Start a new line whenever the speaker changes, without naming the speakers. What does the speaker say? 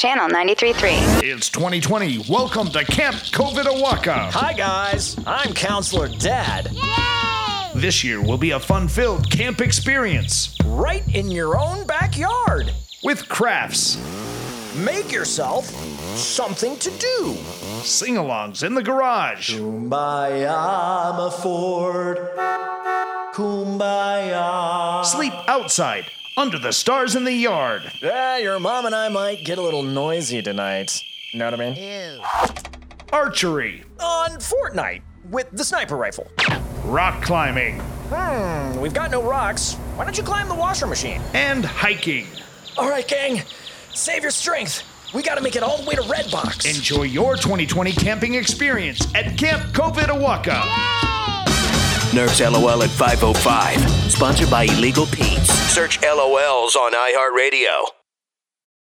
Channel 93.3.
It's 2020. Welcome to Camp Covidawaka.
Hi, guys. I'm Counselor Dad.
This year will be a fun-filled camp experience
Right in your own backyard.
with crafts,
Make yourself something to do.
sing-alongs in the garage,
Kumbaya, my Ford. Kumbaya.
sleep outside, under the stars in the yard.
Yeah, your mom and I might get a little noisy tonight. Know what I mean?
archery,
On Fortnite with the sniper rifle.
rock climbing,
Hmm, we've got no rocks. Why don't you climb the washer machine?
and hiking.
All right, gang. Save your strength. We gotta make it all the way to Red Box.
Enjoy your 2020 camping experience at Camp Covidawaka.
Nerf's LOL at 505. Sponsored by Illegal Pete's. Search LOLs on iHeartRadio.